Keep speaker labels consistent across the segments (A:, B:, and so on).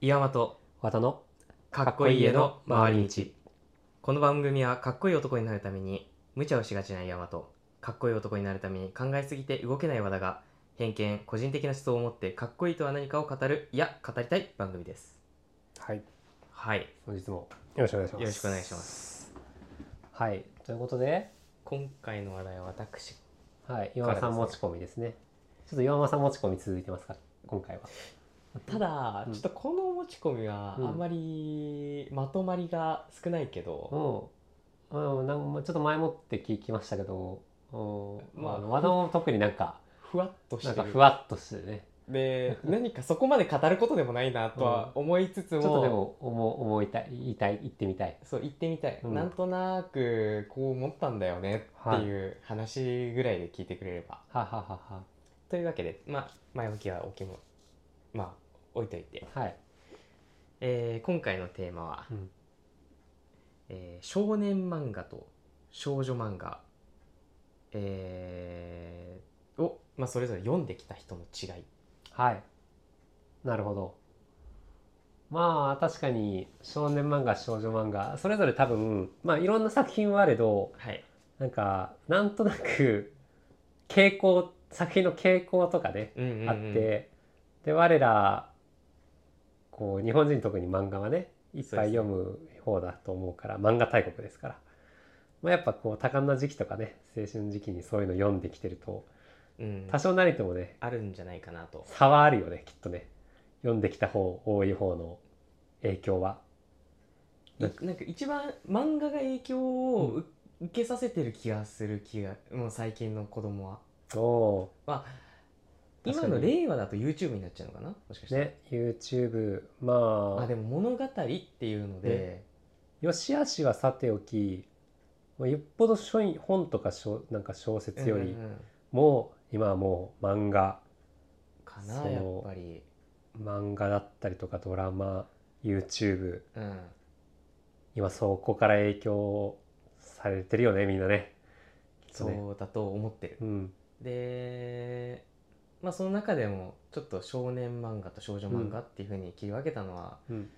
A: 岩間と
B: 和田の
A: かっこいい家の回り道
B: 道
A: この番組はかっこいい男になるために無茶をしがちな岩間とかっこいい男になるために考えすぎて動けない和田が偏見個人的な思想を持ってかっこいいとは何かを語るいや語りたい番組です
B: はい
A: はい
B: 本日もよろしくお願いします
A: よろしくお願いします
B: はいということで、
A: 今回の話題は私
B: はい、岩間さん持ち込みですねちょっと岩間さん持ち込み続いてますから今回は
A: ただ、
B: うん
A: ちょっとこの持ち込みはあ
B: うん
A: んまりまとまりが少ないけど、
B: もう、うん、なんかちょっと前もって聞きましたけど、うん
A: まあ
B: あの和田も特になんか
A: ふわっとし
B: なん
A: て
B: か
A: る
B: ふわっとしてるね
A: で何かそこまで語ることでもないなとは思いつつ
B: ちょ
A: も、
B: っとでも思思いたい言いたい言ってみたい
A: そう言ってみたい、
B: うん
A: なんとなくこう思ったんだよね
B: は
A: っ
B: い
A: ていう話ぐらいで聞いてくれれば、
B: はははは
A: というわけでまあ前置きは置きもまあ置いといて、
B: はい
A: えー今回のテーマは、
B: うん
A: えー少年漫画と少女漫画、えーを、まあ、それぞれ読んできた人の違い
B: はいなるほどまあ確かに少年漫画少女漫画それぞれ多分まあいろんな作品はあれど
A: はい
B: なんかなんとなく傾向作品の傾向とかね
A: うんうんうん
B: あって、で我らこう日本人特に漫画はねいっぱい読む方だと思うから漫画大国ですから、まあ、やっぱこう多感な時期とかね青春時期にそういうの読んできてると
A: うん
B: 多少なりともね
A: あるんじゃないかなと
B: 差はあるよねきっとね読んできた方多い方の影響はい
A: なんか一番漫画が影響をう受けさせてる気がする気がもう最近の子供は
B: おお確
A: 今
B: かに
A: の令和だと YouTube になっちゃうのかなもしかして、
B: ね YouTube まあ
A: あでも物語っていうので、
B: よしあしはさておきもうよっぽど書い本とか小なんか小説より
A: うんうん
B: も、今はもう漫画
A: かな
B: そう
A: やっぱり
B: 漫画だったりとかドラマ YouTube
A: うん
B: 今そこから影響されてるよねみんなねきっとね
A: そうだと思ってる
B: うん
A: でまあその中でもちょっと少年漫画と少女漫画っていうふうに切り分けたのは、
B: うん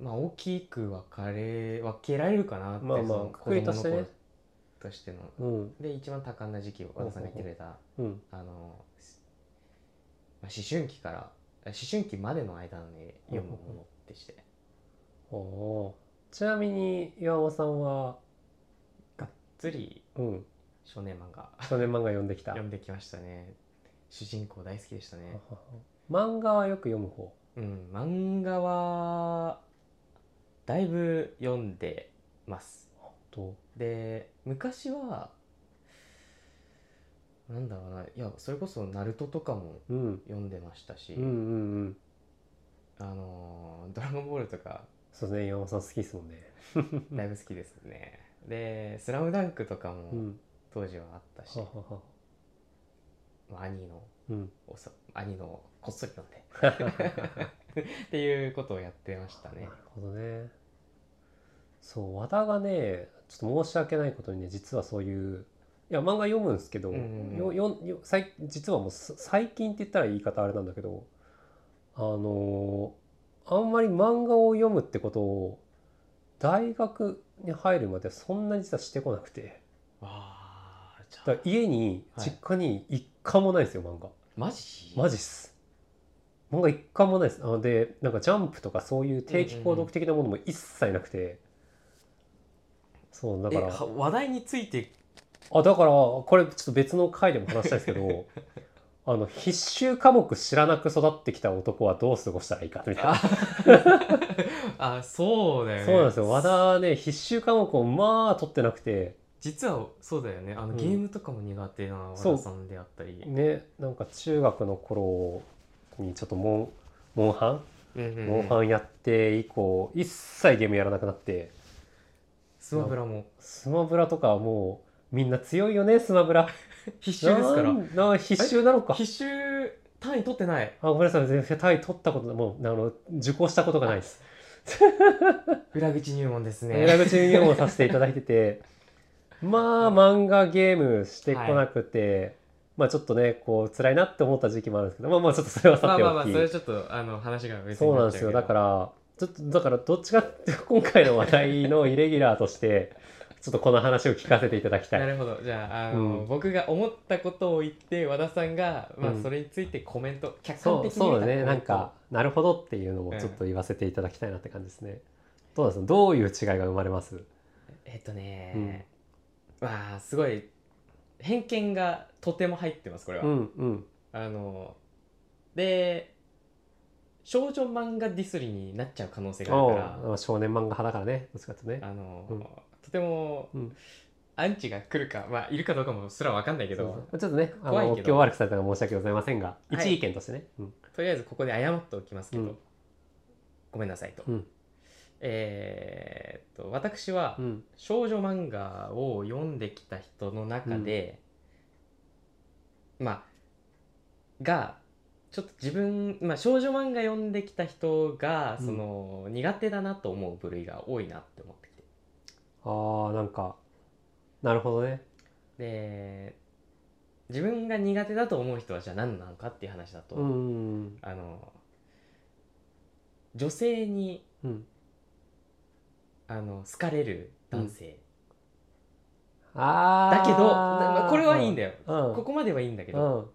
A: まあ大きく分かれ分けられるかなって
B: まあまあ
A: その
B: くくりとし
A: 子供
B: てね
A: の頃としての
B: うん
A: で一番多感な時期を和田さんが言ってくれた
B: うん
A: あの、すまあ、思春期からあ思春期までの間に読むものってして
B: おおーちなみに岩尾さんは
A: つり
B: うん
A: 少年漫画
B: 少年漫画読んできた
A: 読んできましたね主人公大好きでしたね
B: 漫画はよく読む方
A: うん漫画はだいぶ読んでます
B: と
A: で昔はなんだろうないやそれこそ「ナルトとかも
B: うん
A: 読んでましたし、
B: うんうんうん
A: あのードラゴンボール」とか
B: そうですね山本さん好きですもんね
A: だいぶ好きですね。で、スラムダンクとか
B: う
A: も
B: ん
A: 当時はあったし、
B: ははは
A: まあ兄の
B: うん
A: おそ兄のこっそり飲んで
B: なる
A: っていうことをやってましたね。
B: ほどねそう和田がねちょっと申し訳ないことにね実はそういういや漫画読むんですけど、
A: うんうん
B: よよよ最実はもうす最近って言ったら言い方あれなんだけどあのーあんまり漫画を読むってことを大学に入るまでそんなに実はしてこなくて。
A: わあ、じゃ
B: だから家に
A: はい
B: 実家に一巻もないですよ漫画
A: マジ
B: マジっす漫画一巻もないですなのでなんかジャンプとかそういう定期購読的なものも一切なくて、そうだ
A: え
B: から
A: は話題について、
B: あだからこれちょっと別の回でも話したいです けどあの必修科目知らなく育ってきた男はどう過ごしたらいいかみたい な
A: ああ、そうだよね。
B: そうなんですよ和田はね必修科目をまあ取ってなくて
A: 実はそうだよね。あの、
B: うん
A: ゲームとかも苦手な和
B: そう
A: 田さんであったり。
B: ねなんか中学の頃にちょっとモンモンハン
A: うんうん
B: モ
A: う
B: ン
A: ん
B: ハンやって以降一切ゲームやらなくなって
A: スマブラも
B: スマブラとかはもうみんな強いよねスマブラ
A: 必修ですから。
B: なんなん必修なのか
A: 必修単位取ってない。
B: あごめんなさい全然単位取ったこともうあの受講したことがないです
A: 裏口入門ですね。
B: 裏口入門させていただいててまあ漫画ゲームしてこなくて、まあちょっとねこう辛いなって思った時期もあるんですけどまあまあちょっとそれ は
A: ま
B: さ
A: あ
B: て
A: まあま
B: お
A: あ
B: き、
A: それはちょっとあの話が別に
B: そう
A: な
B: なん
A: っ
B: で
A: ち
B: す
A: ゃうけ
B: よ
A: ど
B: だからちょっとだからどっちかっていうと今回の話題のイレギュラーとしてちょっとこの話を聞かせていただきたい
A: なるほどじゃああの、
B: うん
A: 僕が思ったことを言って和田さんが、まあ
B: うん
A: それについてコメント客観
B: そう
A: 的に
B: そ
A: 見た
B: うだね
A: コメント
B: なんかなるほどっていうのもちょっと言わせていただきたいなって感じですね、どうなんですかどういう違いが生まれます
A: えっとね、まあすごい偏見がとても入ってますこれは、
B: うんうん
A: あので少女漫画ディスりになっちゃう可能性があ
B: お
A: る
B: う
A: から
B: まあ少年漫画派だからねどっちかってね
A: あの、
B: うん
A: とても、
B: うん
A: アンチが来るかまあいるかどうかもすらわかんないけど
B: そうちょっとねあ
A: 怖い
B: の
A: けど
B: 今日悪くされたら申し訳ございませんが、
A: い
B: 一意見としてね、うん
A: とりあえずここで謝っておきますけど、
B: うん
A: ごめんなさいと、
B: うん
A: えーっと私は
B: うん
A: 少女漫画を読んできた人の中で、まあがちょっと自分、まあ、少女漫画読んできた人が
B: うん
A: その、苦手だなと思う部類が多いなって思ってきて
B: あーなんかなるほどね
A: で自分が苦手だと思う人はじゃあ何なのかっていう話だと、
B: うん
A: あの女性に
B: うん
A: あの好かれる男性、
B: ああ
A: だけどだまあこれはいいんだ
B: よ、
A: よ、
B: うんうん
A: ここまではいいんだけど、
B: うん、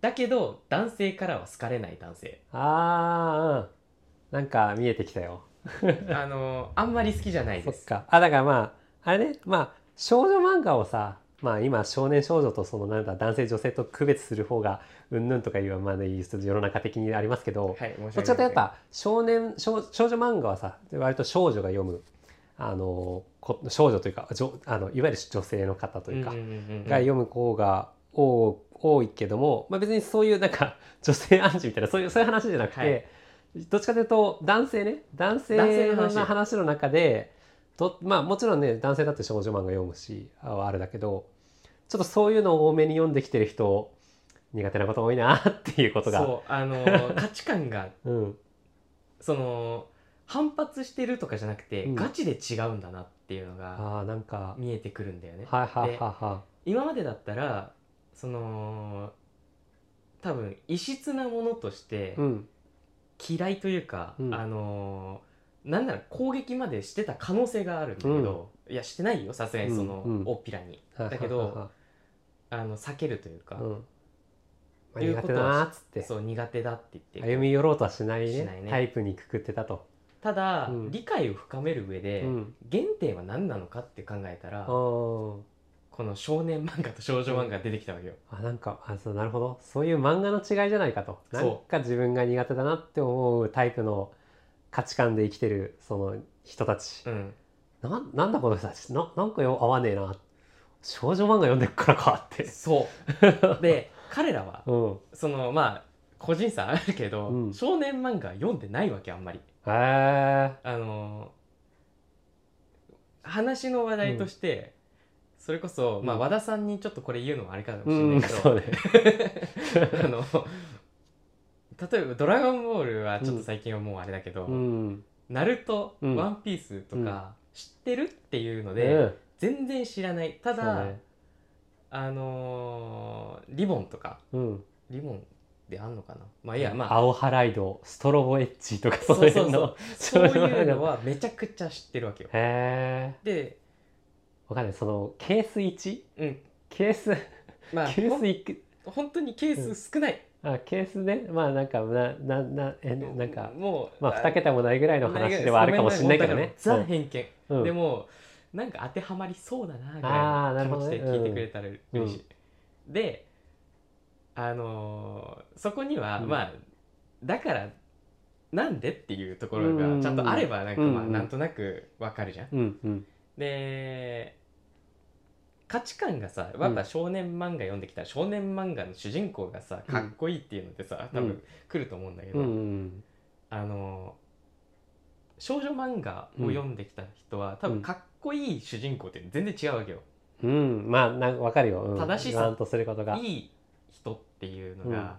A: だけど男性からは好かれない男性
B: ああ、うん、なんか見えてきたよ
A: あのあんまり好きじゃない
B: そ
A: で
B: っ
A: す
B: か。あ、だからまあ、あれね、まあ、少女漫画をさ、まあ今、少年少女とそのなんだ、男性女性と区別する方が、うんぬんとかいう、まあね、言う人世の中的にありますけど、
A: はい申し
B: どっ
A: 訳
B: ちかと
A: な
B: や
A: い
B: っぱ、少年少、少女漫画はさ、割と少女が読む、あの、こ少女というか、じょあのいわゆる女性の方というか、
A: うんうんうんうん
B: が読む方が多多いけども、まあ、別にそういうなんか 女性アンチみたいなそういうそういう話じゃなくて、
A: はい
B: どっちかというと男性ね男
A: 男性
B: 性
A: の
B: の
A: 話
B: 話の中でと、まあ、もちろんね男性だって少女漫画読むしああれだけどちょっとそういうのを多めに読んできてる人苦手なこと多いなっていうことが。
A: そうあの価値観が
B: うん、
A: その反発してるとかじゃなくて、
B: うん
A: ガチで違うんだなっていうのが
B: ああなんか
A: 見えてくるんだよね、
B: はいはいはいは
A: 今までだったらその多分異質なものとして
B: い。うん
A: 嫌いというか、
B: うん
A: あのーなんなら攻撃までしてた可能性があるんだけど、いやしてないよさすがにその、
B: うんうん
A: 大っぴらに
B: はいはいはいはい
A: だけど、あの避けるというか、
B: うんまあ、
A: いうこ
B: 苦手
A: と
B: だ
A: は
B: なーっつって
A: そう苦手だって言って
B: 歩み寄ろうとはしない
A: し
B: ね
A: ないね
B: タイプにくくってたと。
A: ただ、
B: うん
A: 理解を深める上で、
B: うん
A: 原点は何なのかって考えたら、
B: あ
A: この少年漫画と少女漫画が出てきたわけよ、
B: あなんかあそうなるほどそういう漫画の違いじゃないかと
A: そ
B: な
A: うん
B: か自分が苦手だなって思うタイプの価値観で生きてるその人たち、
A: うん
B: ななんだこの人たちななんかよ合わねえな少女漫画読んでっからかって
A: そう で彼らは
B: うん
A: そのまあ個人差あるけど、
B: うん
A: 少年漫画は読んでないわけあんまり
B: へえ
A: あの話の話題として、それこそ、まあ、
B: うん
A: 和田さんにちょっとこれ言うのもあれかも
B: う
A: しれ
B: ん
A: ないけ
B: そ
A: ど、
B: うね
A: あの例えば「ドラゴンボール」はちょっと最近はもうあれだけど「
B: うん
A: ナルト」
B: うん
A: ワンピース」とか知ってるっていうの
B: う
A: で
B: ん
A: 全然知らないた
B: そう
A: だ、
B: ね
A: あのーリボン」とか
B: うん
A: 「リボン」であんのかなまあいやまあ
B: 青ハライドストロボエッジとか
A: そうそう
B: そうい
A: そう
B: うの
A: そう
B: 少女
A: いう
B: 漫画
A: のはめちゃくちゃ知ってるわけよ
B: へえ
A: で、
B: わかんないそのケース1
A: うん、
B: ケース
A: まあ
B: ケー
A: ほ
B: ス
A: ん
B: 1
A: 本当にケース少ない、
B: あケースねまあなんかなななえなんか
A: もう
B: まあ2桁もないぐらい
A: あ
B: の話ではあるかもしれないけどね。
A: ごめんなさい本当にザ偏
B: う
A: 見、
B: ん
A: でもなんか当てはまりそうだなぐら
B: あーないる
A: の
B: ほ
A: 気持ちで
B: どね
A: 聞いてくれたら嬉しい、であのーそこには、
B: うん
A: まあだからなんでっていうところがちゃんとあればなんか
B: うん
A: まあなんとなくわかるじゃん、
B: うんうん
A: で価値観がさやっ
B: う
A: ぱ
B: ん
A: 少年漫画読んできたら少年漫画の主人公がさかっこいいっていうのってさ、
B: うん
A: 多分来ると思うんだけ
B: う
A: ど、
B: んうん
A: あの少女漫画を読んできた人は、多分かっこいい主人公って全然違うわけよ、
B: うんまあなんかわかるよ、うん、
A: 正しさ
B: 言わんとすることが
A: いい人っていうのが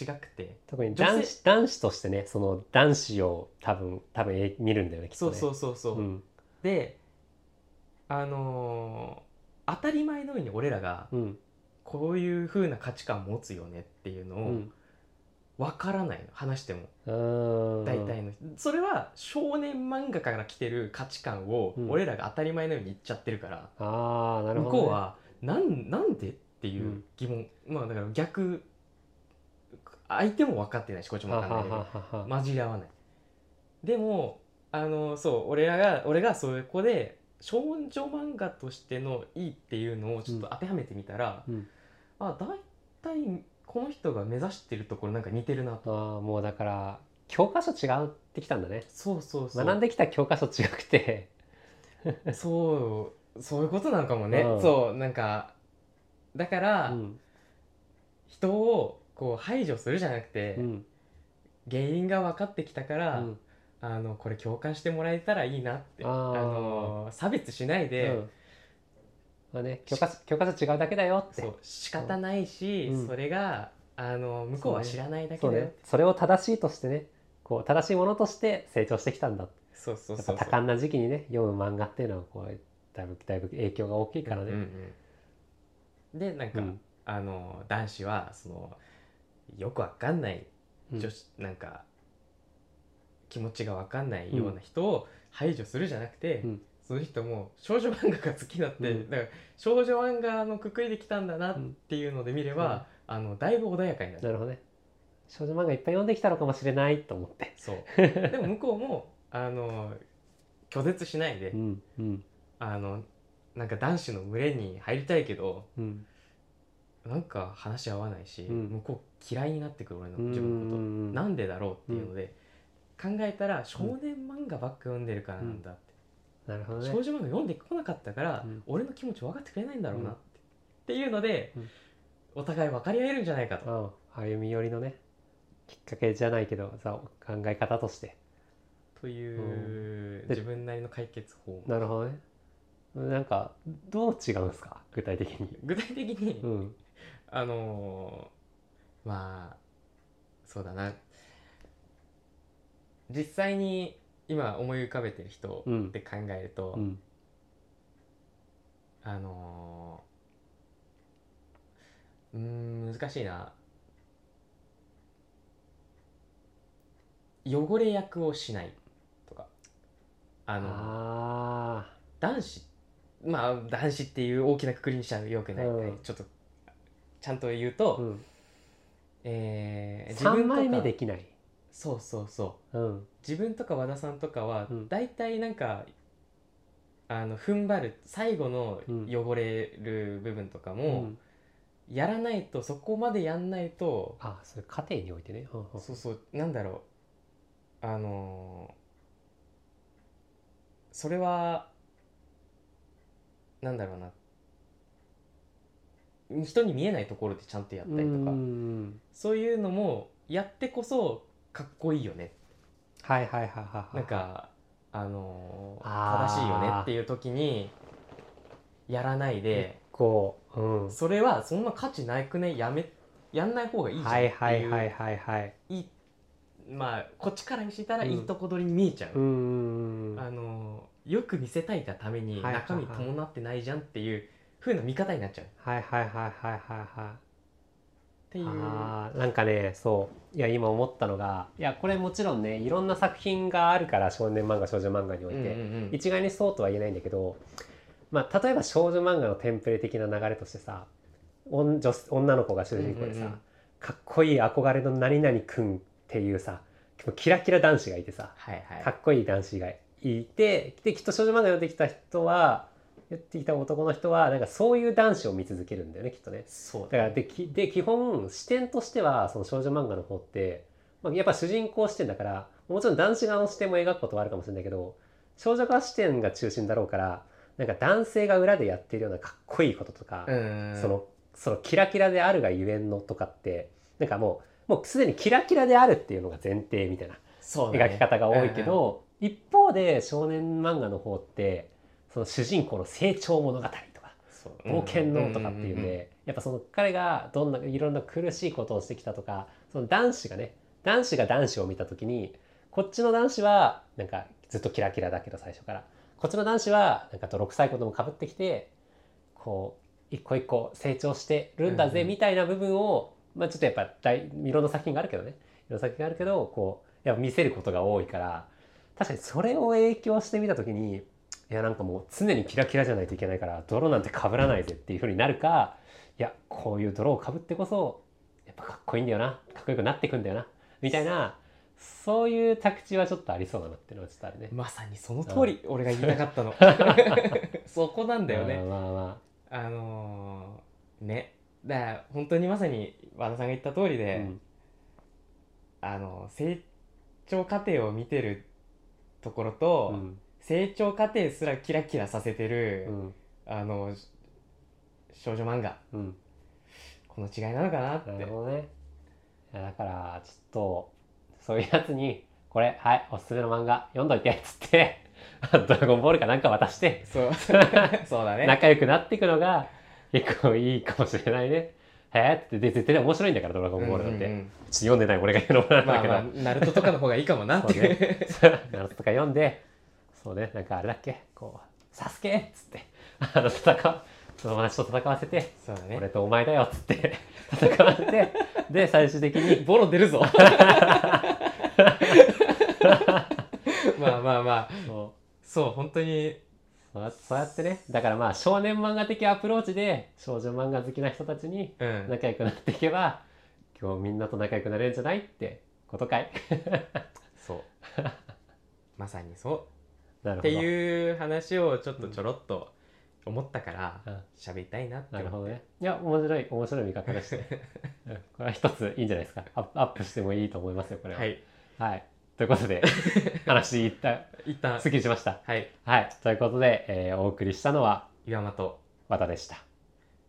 A: 違くて、
B: 特に
A: 女性
B: 男子男子としてねその男子を多分多分え見るんだよねきっ
A: そ
B: と
A: う
B: ね
A: そうそうそう、
B: うん
A: であのー当たり前のように俺らが
B: うん
A: こういう風な価値観持つよねっていうの
B: う
A: を
B: ん
A: 分からないの話しても
B: うん
A: 大体の人それは少年漫画から来てる価値観を
B: うん
A: 俺らが当たり前のように言っちゃってるから、
B: ああなる
A: 向
B: ほど、ね、
A: こうはなんなんでっていううん疑問、まあだから逆相手も分かってないしこっちも
B: は
A: 分かんない
B: は
A: で
B: ははは、
A: 混じり合わないでもあのそう俺らが俺がそこで少女漫画としてのいいっていうのをちょっと当てはめてみたら、
B: うん
A: あ大体この人が目指してるところなんか似てるなと
B: あーもうだから教科書違ってきたんだね
A: そうそうそう
B: 学んできた教科書違くて
A: そうそういうことなんかもね、
B: うん
A: そうなんかだから、
B: うん
A: 人をこう排除するじゃなくて、
B: うん
A: 原因が分かってきたか
B: う
A: ら、
B: ん
A: あのこれ共感してもらえたらいいなって
B: あ
A: あ
B: ー
A: の差別しないで、
B: うんまあね教科書教科書違うだけだよって
A: そう仕方ないし、
B: うん
A: それがあの向こうは知らないだけ
B: そう
A: だよ
B: ねそれを正しいとしてねこう正しいものとして成長してきたんだ
A: そう,、そう
B: やっ
A: そ
B: ぱ
A: う
B: 多
A: そう
B: 感な時期にね読む漫画っていうのはこうだいぶだいぶ影響が大きいから
A: うんう
B: ね。
A: んうんでなん
B: う
A: か、
B: ん
A: あの男子はそのよくわかんない
B: うん
A: 女子、なんか気持ちがわかんないような人を排除するじゃなくて、
B: うん
A: その人も少女漫画が好きだって、
B: うん
A: だから少女漫画のくくりで来たんだなっていうので見れば、あのだいぶ穏やかになる
B: なるほどね。少女漫画いっぱい読んできたのかもしれないと思って。
A: そうでも向こうもあの拒絶しないで、
B: うんうん
A: あのなんか男子の群れに入りたいけど
B: うん。
A: なんか話し合わないし、
B: うん
A: 向こう嫌いになってくる俺の
B: うん
A: 自分のこと
B: うん
A: なんでだろうっていうので、考えたら少年漫画ばっか読んでるからなんだって、
B: なるほどね。
A: 少女漫画読んでこなかったから、
B: うん
A: 俺の気持ち分かってくれないんだろうな
B: うん
A: って,、っていうので、
B: うん
A: お互い分かり合えるんじゃないかと、
B: うん歩み寄りのねきっかけじゃないけどさ考え方として。
A: という、
B: で
A: 自分なりの解決法
B: なるほどね。なんかどう違うんですか具体的に。
A: 具体的に、
B: うん
A: あのーまあそうだな実際に今思い浮かべてる人
B: うん
A: で考えると、
B: うん
A: あのーうーん難しいな汚れ役をしないとかあの
B: あ
A: 男子まあ男子っていう大きな括りにしちゃうよくない、
B: うん
A: ちょっとちゃんと言うと、
B: あ。うん。
A: えー自
B: 三
A: 分とか
B: 枚目できない。
A: そうそうそう
B: うん
A: 自分とか和田さんとかは
B: うん
A: 大体なんか、あの踏ん張る最後の
B: うん
A: 汚れる部分とか
B: う
A: も、
B: ん。
A: やらないとそこまでやんないと、
B: あそれ家庭においてね。うんうん
A: そうそうなんだろうあのーそれはなんだろうな人に見えないところでちゃんとやったりとか、
B: うん
A: そういうのもやってこそかっこいいよね
B: はいはいはいはいはい
A: なんかあのー
B: あー
A: 正しいよねっていう時にやらないで
B: こう、うん、
A: それはそんな価値ないくねやめやんない方がいいじゃんっ
B: は
A: てい
B: いうはいはいはいはい
A: いいまあこっちから見せたら
B: うん
A: いいとこ取りに見えちゃ
B: う
A: う、
B: ん
A: あのーよく見せたいがために
B: はいはい
A: 中身伴ってないじゃんっていう風な見方になっちゃうっ
B: はいはいはいはいはいは
A: て
B: い
A: いう
B: あーなんかねそういや今思ったのがいやこれもちろんねいろんな作品があるから少年漫画少女漫画において、
A: うんうんうん
B: 一概にそうとは言えないんだけど、まあ、例えば少女漫画のテンプレ的な流れとしてさおん女女の子が主人公でさ、
A: うんうんうん
B: かっこいい憧れの何々くんっていうさキラキラ男子がいてさ、
A: はいはい
B: かっこいい男子がいてできっと少女漫画読んできた人は言ってきた男の人はなんかそういう男子を見続けるんだよねきっとね。
A: そう
B: だからできで基本視点としてはその少女漫画の方って、まあ、やっぱ主人公視点だからもちろん男子側の視点も描くことはあるかもしれないけど少女側視点が中心だろうからなんか男性が裏でやってるようなかっこいいこととか、
A: うん
B: そのそのキラキラであるがゆえんのとかってなんかもうもうすでにキラキラであるっていうのが前提みたいな
A: そうだね
B: 描き方が多いけど、一方で少年漫画の方ってその主人公の成長物語とか
A: そう
B: 冒険のとかっていうん
A: んんん
B: でやっぱその彼がどんないろんな苦しいことをしてきたとかその男子がね男子が男子を見た時にこっちの男子はなんかずっとキラキラだけど最初からこっちの男子はなんか泥臭いこともかぶってきてこう一個一個成長してるんだ
A: うん
B: ぜ
A: うん
B: みたいな部分を、まあ、ちょっとやっぱ大いろんな作品があるけどねいろんな作品があるけどこうやっぱ見せることが多いから確かにそれを影響してみた時にいやなんかもう常にキラキラじゃないといけないから泥なんて被らないぜっていうふうになるかいやこういう泥を被ってこそやっぱかっこいいんだよなかっこよくなってくんだよなみたいなそういう宅地はちょっとありそうだなっていうのはちょっとあるね。
A: まさにその通り俺が言いたかった のそこなんだよね
B: まあまあま
A: あのーねだから本当にまさに和田さんが言った通り
B: あ、
A: で、
B: うん
A: あの成長過程を見てるところと、成長過程すらキラキラさせてる、
B: うん
A: あのし少女漫画
B: うん
A: この違いなのかなって
B: なるほどね。いやだから、ちょっと、そういうやつに、これ、はい、おすすめの漫画、読んどいて、つって、 ドラゴンボールかなんか渡して、
A: そう そうだね
B: 仲良くなっていくのが、結構いいかもしれないね。へえって、で、絶対面白いんだから、ドラゴンボールなんて。
A: うん
B: ち
A: う
B: ょっ
A: ん
B: と読んでない俺が言うのもな
A: うんん
B: だ
A: まあ
B: けど、
A: まあナルトとかの方がいいかもなってい
B: そう
A: う
B: ナルトとか読んで、そうね、なんかあれだっけ、こう、サスケっつって、あの、戦う、友達と戦わせて、
A: そうだね
B: 俺とお前だよっつって、戦わせて、で、最終的に、
A: ボロ出るぞまあまあまあ
B: そう
A: そう本当に
B: そうやそうやってねだからまあ少年漫画的アプローチで少女漫画好きな人たちに
A: うん
B: 仲良くなっていけば今日みんなと仲良くなれるんじゃないってことかい
A: そう まさにそう
B: なる
A: っ
B: ほ
A: て
B: ど
A: いう話をちょっとちょろっと思ったから
B: うん
A: 喋、りたいなって
B: なる
A: 思
B: ほ
A: っ
B: ど
A: て、
B: ねいや面白い面白い見方 でしたね、うんこれは一ついいんじゃないですかアップアップしてもいいと思いますよこれは
A: は、い
B: はいということ で話いった
A: 一旦
B: すっきりしました
A: はい
B: はいということで、えーお送りしたのは
A: 岩間と
B: 和田でした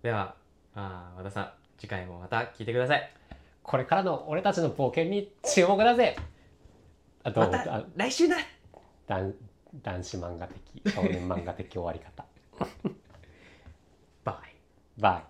A: ではあー和田さん次回もまた聞いてください
B: これからの俺たちの冒険に注目だぜあどうもあ
A: 来週だ
B: 男男子漫画的少年漫画的終わり方
A: バイ
B: バイ